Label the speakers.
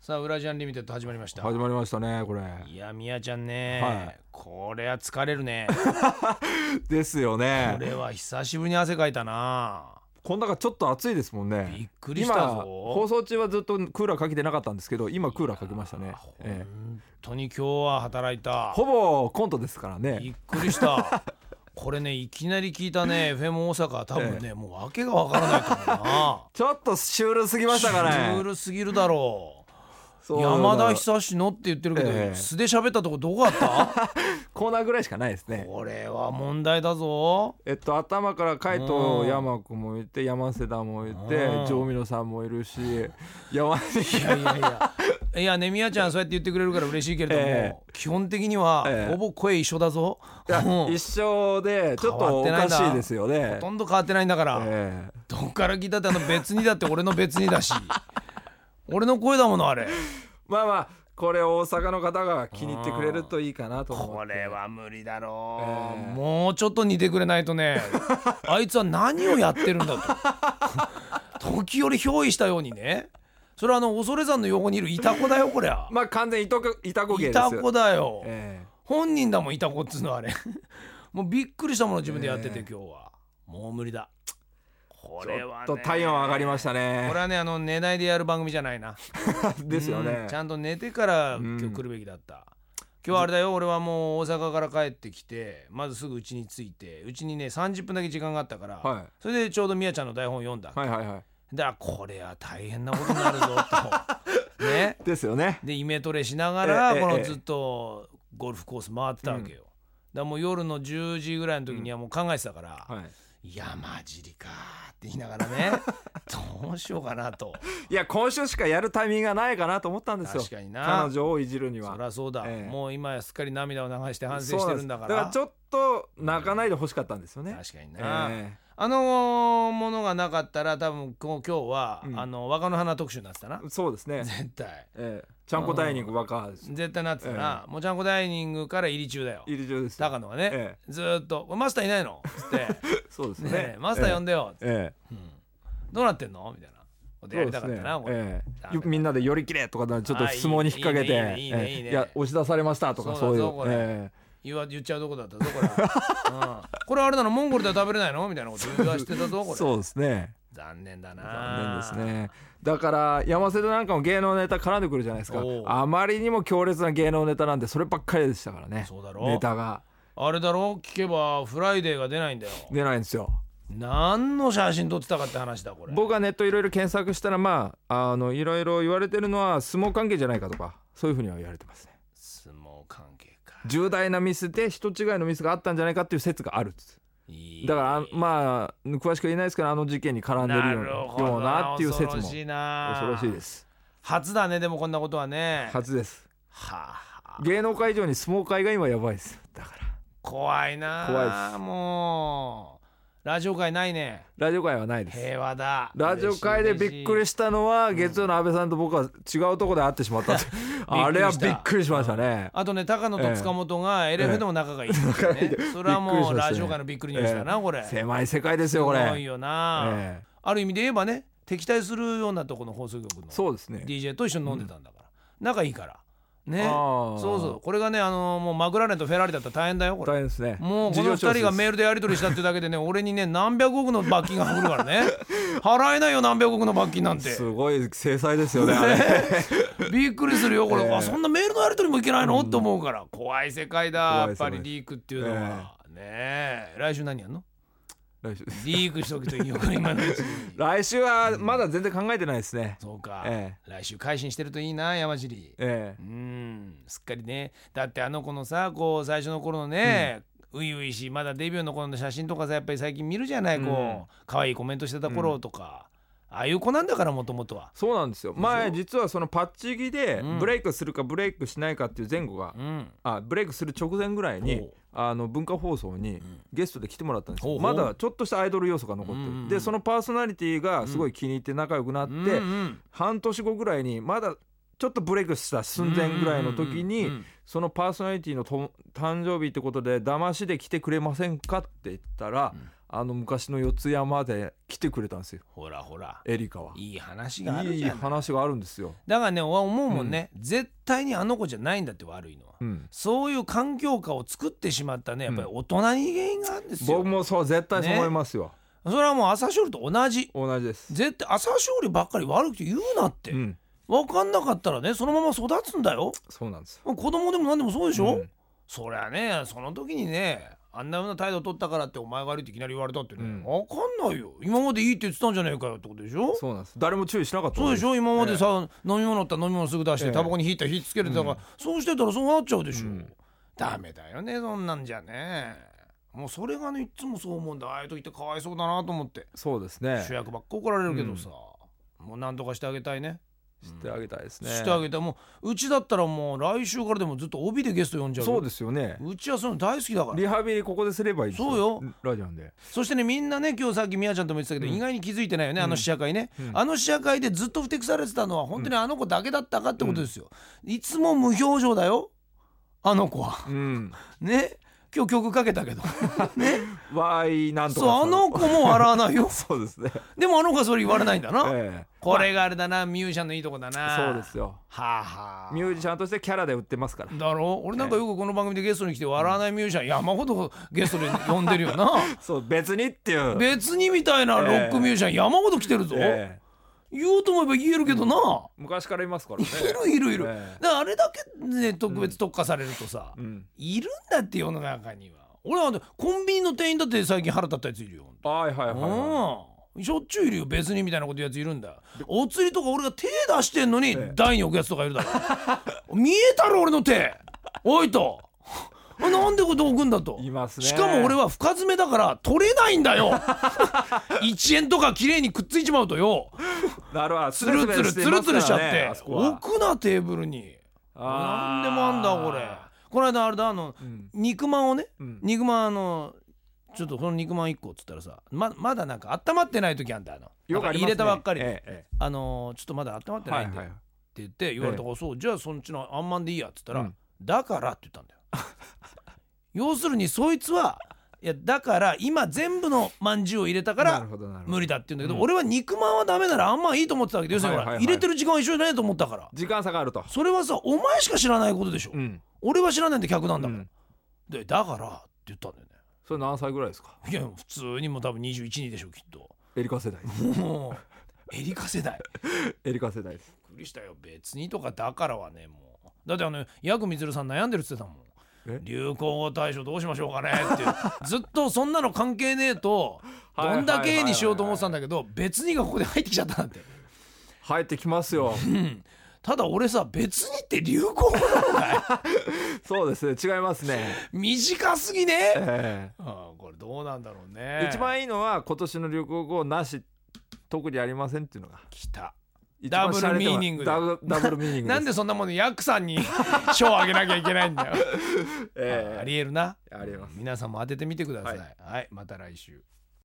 Speaker 1: さあ、ウラジアンリミテッド始まりました。
Speaker 2: 始まりましたねこれ
Speaker 1: いや、みやちゃんね、
Speaker 2: はい
Speaker 1: これは疲れるね。
Speaker 2: ですよ
Speaker 1: こ
Speaker 2: ね
Speaker 1: れは久しぶりに汗かいたな。
Speaker 2: こん中ちょっと暑いですもんね
Speaker 1: びっくりし
Speaker 2: 今
Speaker 1: たぞ。
Speaker 2: 放送中はずっとクーラーかけてなかったんですけど今クーラーかけましたね
Speaker 1: あ
Speaker 2: ええ
Speaker 1: 本当に今日は働いた。
Speaker 2: ほぼコントですから
Speaker 1: びっ
Speaker 2: ね
Speaker 1: くり した。これね、いきなり聞いたね、FM 大阪、多分ね、もう訳がわからないからな。
Speaker 2: ちょっとシュールすぎましたかね
Speaker 1: シュールすぎるだろう。
Speaker 2: そう
Speaker 1: 山田久志のって言ってるけど、
Speaker 2: ええ
Speaker 1: 素で喋ったとこどこあ った？
Speaker 2: コーナーぐらいしかないですね
Speaker 1: これは問題だぞ。
Speaker 2: えっと頭から海
Speaker 1: う
Speaker 2: 藤
Speaker 1: ん
Speaker 2: 山子もいて山瀬田もいて
Speaker 1: うん
Speaker 2: 城美野さんもいるし山
Speaker 1: いやいやいや。 いやねみやちゃんそうやって言ってくれるから嬉しいけれども、
Speaker 2: え
Speaker 1: 基本的には、
Speaker 2: ええ
Speaker 1: ほぼ声一緒だぞ。うん
Speaker 2: 一緒でちょっ
Speaker 1: 変わ
Speaker 2: と
Speaker 1: っ
Speaker 2: お
Speaker 1: てない
Speaker 2: か
Speaker 1: な
Speaker 2: しいですよね
Speaker 1: ほとんど変わってないんだから。
Speaker 2: ええ
Speaker 1: どっから聞いたってあの別にだって俺の別にだ し。俺の声だものあれ。
Speaker 2: まあまあこれ大阪の方が気に入ってくれるといいかなと思って
Speaker 1: これは無理だろう、
Speaker 2: ええ
Speaker 1: もうちょっと似てくれないと ねあいつは何をやってるんだと時折憑依したようにねそれはあの恐山の横にいるイタコだよこりゃ
Speaker 2: まあ完全にいとこいたこ芸
Speaker 1: イ
Speaker 2: ですよ
Speaker 1: タコだよ、
Speaker 2: え
Speaker 1: 本人だもんイタコっつうのはあれ もうびっくりしたもの自分でやってて、
Speaker 2: ええ
Speaker 1: 今日はもう無理だこ
Speaker 2: え
Speaker 1: れはね
Speaker 2: ちょっと体温上がりました
Speaker 1: こ
Speaker 2: ね
Speaker 1: れはねあの寝ないでやる番組じゃないな
Speaker 2: ですよ
Speaker 1: う
Speaker 2: ね
Speaker 1: んちゃんと寝てから
Speaker 2: うん
Speaker 1: 今日来るべきだった、今日はあれだよ俺はもう大阪から帰ってきてまずすぐうちに着いてうちにね30分だけ時間があったから、
Speaker 2: は
Speaker 1: それでちょうどみやちゃんの台本読んだ、
Speaker 2: いはいはいは
Speaker 1: だからこれは大変なことになるぞ とね
Speaker 2: いですよね
Speaker 1: でイメトレしながら
Speaker 2: ええ
Speaker 1: この
Speaker 2: ええ
Speaker 1: ずっとゴルフコース回ってたわけよ、だからもう夜の10時ぐらいの時にはもう考えてたから、
Speaker 2: はい
Speaker 1: いやまじりかーって言いながら ねどうしようかなと
Speaker 2: いや今週しかやるタイミングがないかなと思ったんですよ
Speaker 1: 確かにな
Speaker 2: 彼女をいじるには
Speaker 1: そりゃそうだ、
Speaker 2: ええ
Speaker 1: もう今やすっかり涙を流して反省してるんだから
Speaker 2: そうなんですだからちょっと泣かないでほしかったんですよね、
Speaker 1: 確かに
Speaker 2: え
Speaker 1: な、
Speaker 2: え
Speaker 1: あのーものがなかったら多分こう今日は、
Speaker 2: うん
Speaker 1: あの若の花特集になってたな
Speaker 2: そうですね、
Speaker 1: 絶対
Speaker 2: ええちゃんこダイニング若です
Speaker 1: 絶対なってたな、もうちゃんこダイニングから入り中だよ
Speaker 2: 入り上ですよ
Speaker 1: 高野がね、
Speaker 2: え
Speaker 1: ずーっと「マスターいないの?」っつ って
Speaker 2: えそうです
Speaker 1: 「ね
Speaker 2: ね
Speaker 1: えマスター呼ん
Speaker 2: で、
Speaker 1: でよ」つって
Speaker 2: ええ
Speaker 1: どうなってんの?」みたいなことやりたかったな、
Speaker 2: そう
Speaker 1: 俺
Speaker 2: ですね
Speaker 1: ダ
Speaker 2: ええ
Speaker 1: メだ
Speaker 2: みんなで「よりきれ」とかちょっと相撲に引っ掛けて
Speaker 1: あいいねいいねいいねいい
Speaker 2: え
Speaker 1: ね
Speaker 2: えいや押し出されました」とか
Speaker 1: そ
Speaker 2: そうう
Speaker 1: だ
Speaker 2: い
Speaker 1: ぞ
Speaker 2: う
Speaker 1: これ
Speaker 2: え
Speaker 1: 言わ言っちゃうとこだったぞこれ、うん、これあれなのモンゴルでは食べれないのみたいなこと言わしてたぞ
Speaker 2: え
Speaker 1: これ
Speaker 2: そうですね
Speaker 1: 残念だな
Speaker 2: 残念ですねだから山瀬戸なんかも芸能ネタ絡んでくるじゃないですか
Speaker 1: おう
Speaker 2: あまりにも強烈な芸能ネタなんでそればっかりでしたからね
Speaker 1: そうだろ
Speaker 2: ネタが
Speaker 1: あれだろ聞けばフライデーが出ないんだよ
Speaker 2: 出ないんですよ
Speaker 1: 何の写真撮ってたかって話だこれ
Speaker 2: 僕がネットいろいろ検索したらまああのいろいろ言われてるのは相撲関係じゃないかとかそういうふうには言われてますね
Speaker 1: 相撲関係か
Speaker 2: 重大なミスで人違いのミスがあったんじゃないかっていう説があるっつ
Speaker 1: いい
Speaker 2: だからあまあ詳しくは言えないですけどあの事件に絡んでる
Speaker 1: な
Speaker 2: よう
Speaker 1: る
Speaker 2: な
Speaker 1: ほど
Speaker 2: ようなっていう説も
Speaker 1: 恐ろしいな
Speaker 2: 恐ろしいです
Speaker 1: 初だねでもこんなことはねは
Speaker 2: 初です
Speaker 1: あ
Speaker 2: 芸能界以上に相撲界が今やばいですだから
Speaker 1: 怖いな
Speaker 2: 怖いです
Speaker 1: もうラジオ界ないね
Speaker 2: ラジオ界はないです
Speaker 1: 平和だ
Speaker 2: ラジオ界でびっくり
Speaker 1: し
Speaker 2: したのは月曜の安倍さんと僕は違うとこで会ってしまったって あれはびっくりしましたね
Speaker 1: あとね高野と塚本が LF でも仲がいいっていうね、それは
Speaker 2: びっくり
Speaker 1: もう
Speaker 2: しましたね
Speaker 1: ラジオ界のびっくりニュースだな、これ
Speaker 2: 狭い世界ですよこれ
Speaker 1: すごいよな、
Speaker 2: ええ
Speaker 1: ある意味で言えばね敵対するようなとこの放送局の
Speaker 2: そうですね
Speaker 1: DJ と一緒に飲んでたんだから、仲いいからね
Speaker 2: あ
Speaker 1: そ
Speaker 2: ー
Speaker 1: うそうこれがねあのもうマクラーレンとフェラーリだったら大変だよこれ
Speaker 2: 大変ですね
Speaker 1: もうこの2
Speaker 2: 事情聴
Speaker 1: 人
Speaker 2: 取
Speaker 1: が
Speaker 2: です
Speaker 1: メールでやり取りしたってだけでね俺にね何百億の罰金が来るからね払えないよ何百億の罰金なんて
Speaker 2: すごい制裁ですよねあれ
Speaker 1: びっくりするよこれ、
Speaker 2: ええ
Speaker 1: あそんなメールのやり取りもいけないの、と思うから怖い世界だやっ
Speaker 2: 怖い世
Speaker 1: ぱ
Speaker 2: 界
Speaker 1: りリークっていうのは、ねえ来週何やんの
Speaker 2: 来週
Speaker 1: リークしときといいよ今のう ちに
Speaker 2: 来週はまだ全然考えてないですね
Speaker 1: そうか、
Speaker 2: え
Speaker 1: 来週改心してるといいな山尻
Speaker 2: え
Speaker 1: うーんすっかりねだってあの子のさこう最初の頃のね初々、しいまだデビューの頃の写真とかさやっぱり最近見るじゃないこう、
Speaker 2: うん
Speaker 1: 可愛いコメントしてた頃とか、ああいう子なんだからもともとは。
Speaker 2: そうなんですよ前実はそのパッチギで
Speaker 1: うん
Speaker 2: ブレイクするかブレイクしないかっていう前後が
Speaker 1: うん、
Speaker 2: あブレイクする直前ぐらい
Speaker 1: ほ
Speaker 2: に
Speaker 1: う
Speaker 2: あの文化放送に
Speaker 1: ん
Speaker 2: ゲストで来てもらったんです
Speaker 1: ほう
Speaker 2: よ
Speaker 1: ほう
Speaker 2: まだちょっとしたアイドル要素が残って
Speaker 1: うんうん
Speaker 2: るでそのパーソナリティがすごい気に入って仲良くなって
Speaker 1: うんうん
Speaker 2: 半年後ぐらいにまだちょっとブレイクした寸前ぐらいの時
Speaker 1: うんうんう
Speaker 2: に
Speaker 1: ん
Speaker 2: そのパーソナリティのと誕生日ってことで騙しで来てくれませんかって言ったら、
Speaker 1: うん
Speaker 2: あの昔の四ツ谷まで来てくれたんですよ
Speaker 1: ほらほら
Speaker 2: エリカはい
Speaker 1: い話がある
Speaker 2: い
Speaker 1: じ
Speaker 2: い
Speaker 1: ゃん
Speaker 2: 話があるんですよ、
Speaker 1: だからね俺は思うもんね、絶対にあの子じゃないんだって悪いのは、
Speaker 2: うん、
Speaker 1: そういう環境下を作ってしまったねやっぱり大人に原因があるんですよ、
Speaker 2: 僕もそう絶対そう思いますよ、
Speaker 1: それはもう朝青龍と同じ
Speaker 2: 同じです、
Speaker 1: 絶対朝青龍ばっかり悪くて言うなって、
Speaker 2: うん、
Speaker 1: 分かんなかったらねそのまま育つんだよ
Speaker 2: そうなんですよ
Speaker 1: 子供でも何でもそうでしょ、
Speaker 2: うん
Speaker 1: そりゃねその時にねあんなような態度取ったからってお前が悪いっていきなり言われたってね、
Speaker 2: うん
Speaker 1: 分かんないよ今までいいって言ってたんじゃねえかよってことでしょ
Speaker 2: そうなんです誰も注意しなかった
Speaker 1: そうでし
Speaker 2: ょ
Speaker 1: ょ今までさ、飲み物だったら飲み物すぐ出して、
Speaker 2: ええ
Speaker 1: タバコに火いったら火つけてたから、
Speaker 2: うん
Speaker 1: そうしてたらそうなっちゃうでしょ、
Speaker 2: うん
Speaker 1: ダメだよねそんなんじゃねもうそれがねいつもそう思うんだああいう時ってかわいそうだなと思って、
Speaker 2: そうですね
Speaker 1: 主役ばっか怒られるけどさ、もうなんとかしてあげたいね
Speaker 2: してあげたいですね
Speaker 1: してあげたいもううちだったらもう来週からでもずっと帯でゲスト呼んじゃうよ
Speaker 2: そうですよね
Speaker 1: うちはそういうの大好きだから
Speaker 2: リハビリここですればいいです
Speaker 1: そうよ
Speaker 2: ラジオなんで
Speaker 1: そしてねみんなね今日さっきみやちゃんとも言ってたけど、
Speaker 2: うん
Speaker 1: 意外に気づいてないよねあの試写会ね、
Speaker 2: うん
Speaker 1: あの試写会でずっとふてくされてたのは本当にあの子だけだったかってことですよ、いつも無表情だよあの子は
Speaker 2: うん
Speaker 1: ね今日曲かけた けどね
Speaker 2: わいなんとか
Speaker 1: そう
Speaker 2: さ
Speaker 1: あ
Speaker 2: ん
Speaker 1: の子も笑わないよ
Speaker 2: そうですね
Speaker 1: でもあの子はそれ言われないんだな、
Speaker 2: え
Speaker 1: これがあれだなミュージシャンのいいとこだ
Speaker 2: え
Speaker 1: な
Speaker 2: そうですよ
Speaker 1: はあはあ
Speaker 2: ミュージシャンとしてキャラで売ってますから
Speaker 1: だろ俺なんかよくこの番組でゲストに来て笑わないミュージシャン山ほどゲストで呼んでるよ な
Speaker 2: そう別にっていう
Speaker 1: 別にみたいなロックミュージシャン山ほど来てるぞ、
Speaker 2: ええ
Speaker 1: 言おうと思えば言えるけどな、
Speaker 2: 昔からいますからね
Speaker 1: いるいるいる、
Speaker 2: ええ
Speaker 1: だからあれだけね特別特化されるとさ、
Speaker 2: うん
Speaker 1: いるんだって世の中には俺はコンビニの店員だって最近腹立ったやついるよ、
Speaker 2: はいはいはいは
Speaker 1: うんしょっちゅういるよ別にみたいなこと言うやついるんだお釣りとか俺が手出してんのに
Speaker 2: ええ
Speaker 1: 台に置くやつとかいるだろ 見えたろ俺の手おいと なんでこれ置くんだと
Speaker 2: いいますね
Speaker 1: しかも俺は深爪だから取れないんだよ 1円とか綺麗にくっついちまうとよ
Speaker 2: いなるほど
Speaker 1: つるつるつるつるしちゃっ
Speaker 2: ね
Speaker 1: て
Speaker 2: あそこは
Speaker 1: 置くなテーブルになんでもあんだこれこの間あれだあの
Speaker 2: これうん
Speaker 1: 肉まんをね
Speaker 2: うん
Speaker 1: 肉まんあのちょっとその肉まん1個っつったらさままだなんか温まってない時あんだあの
Speaker 2: よくあります
Speaker 1: 入
Speaker 2: ね
Speaker 1: れたばっかり
Speaker 2: えええ
Speaker 1: あのちょっとまだ温まっ
Speaker 2: え
Speaker 1: て
Speaker 2: は
Speaker 1: ないいんで
Speaker 2: は
Speaker 1: って
Speaker 2: い
Speaker 1: 言って言われたから、そうじゃあそっちのあんまんでいいやっつったら、
Speaker 2: うん
Speaker 1: だからって言ったんだ よ要するにそいつはいやだから今全部のまんじゅうを入れたか
Speaker 2: な
Speaker 1: ら
Speaker 2: るほどなるほど
Speaker 1: 無理だって言うんだけど、
Speaker 2: うん
Speaker 1: 俺は肉まんはダメならあんまんいいと思ってたわけで要するにほ
Speaker 2: はい
Speaker 1: ら
Speaker 2: はいはい
Speaker 1: 入れてる時間は一緒じゃないと思ったから
Speaker 2: 時間差があると
Speaker 1: それはさお前しか知らないことでしょ、
Speaker 2: うん
Speaker 1: 俺は知らないんで客なんだ
Speaker 2: う
Speaker 1: から、
Speaker 2: ん
Speaker 1: でだからって言ったんだよね
Speaker 2: それ何歳ぐらいですか
Speaker 1: いや普通にもう多分21人でしょきっ と
Speaker 2: エリカ世代
Speaker 1: もうエリカ世代
Speaker 2: エリカ世代です
Speaker 1: びっくりしたよ別にとかだからはねもうだってあのヤクミツルさん悩んでるって言ってたも
Speaker 2: え
Speaker 1: ん流行語大賞どうしましょうかねっていう ずっとそんなの関係ねえと
Speaker 2: はい
Speaker 1: どんだけにしようと思ってたんだけど別にがここで入ってきちゃったなんて
Speaker 2: 入ってきま すよ
Speaker 1: ただ俺さ別にって流行 語なのかい
Speaker 2: そうですね違いますね
Speaker 1: 短すぎね
Speaker 2: え
Speaker 1: ああこれどうなんだろう
Speaker 2: え
Speaker 1: ね
Speaker 2: 一番いいのは今年の流行語なし特にありませんっていうのが
Speaker 1: きた
Speaker 2: 一番
Speaker 1: ダブル
Speaker 2: 知られてま
Speaker 1: ミ
Speaker 2: す
Speaker 1: ーニングで
Speaker 2: ダブダブルミーニング
Speaker 1: なん
Speaker 2: で
Speaker 1: でそんなものヤクさんに賞をあげなきゃいけないんだよ
Speaker 2: すええ
Speaker 1: ありえるな
Speaker 2: ありえます
Speaker 1: 皆さんも当ててみてください
Speaker 2: は
Speaker 1: はい、また来週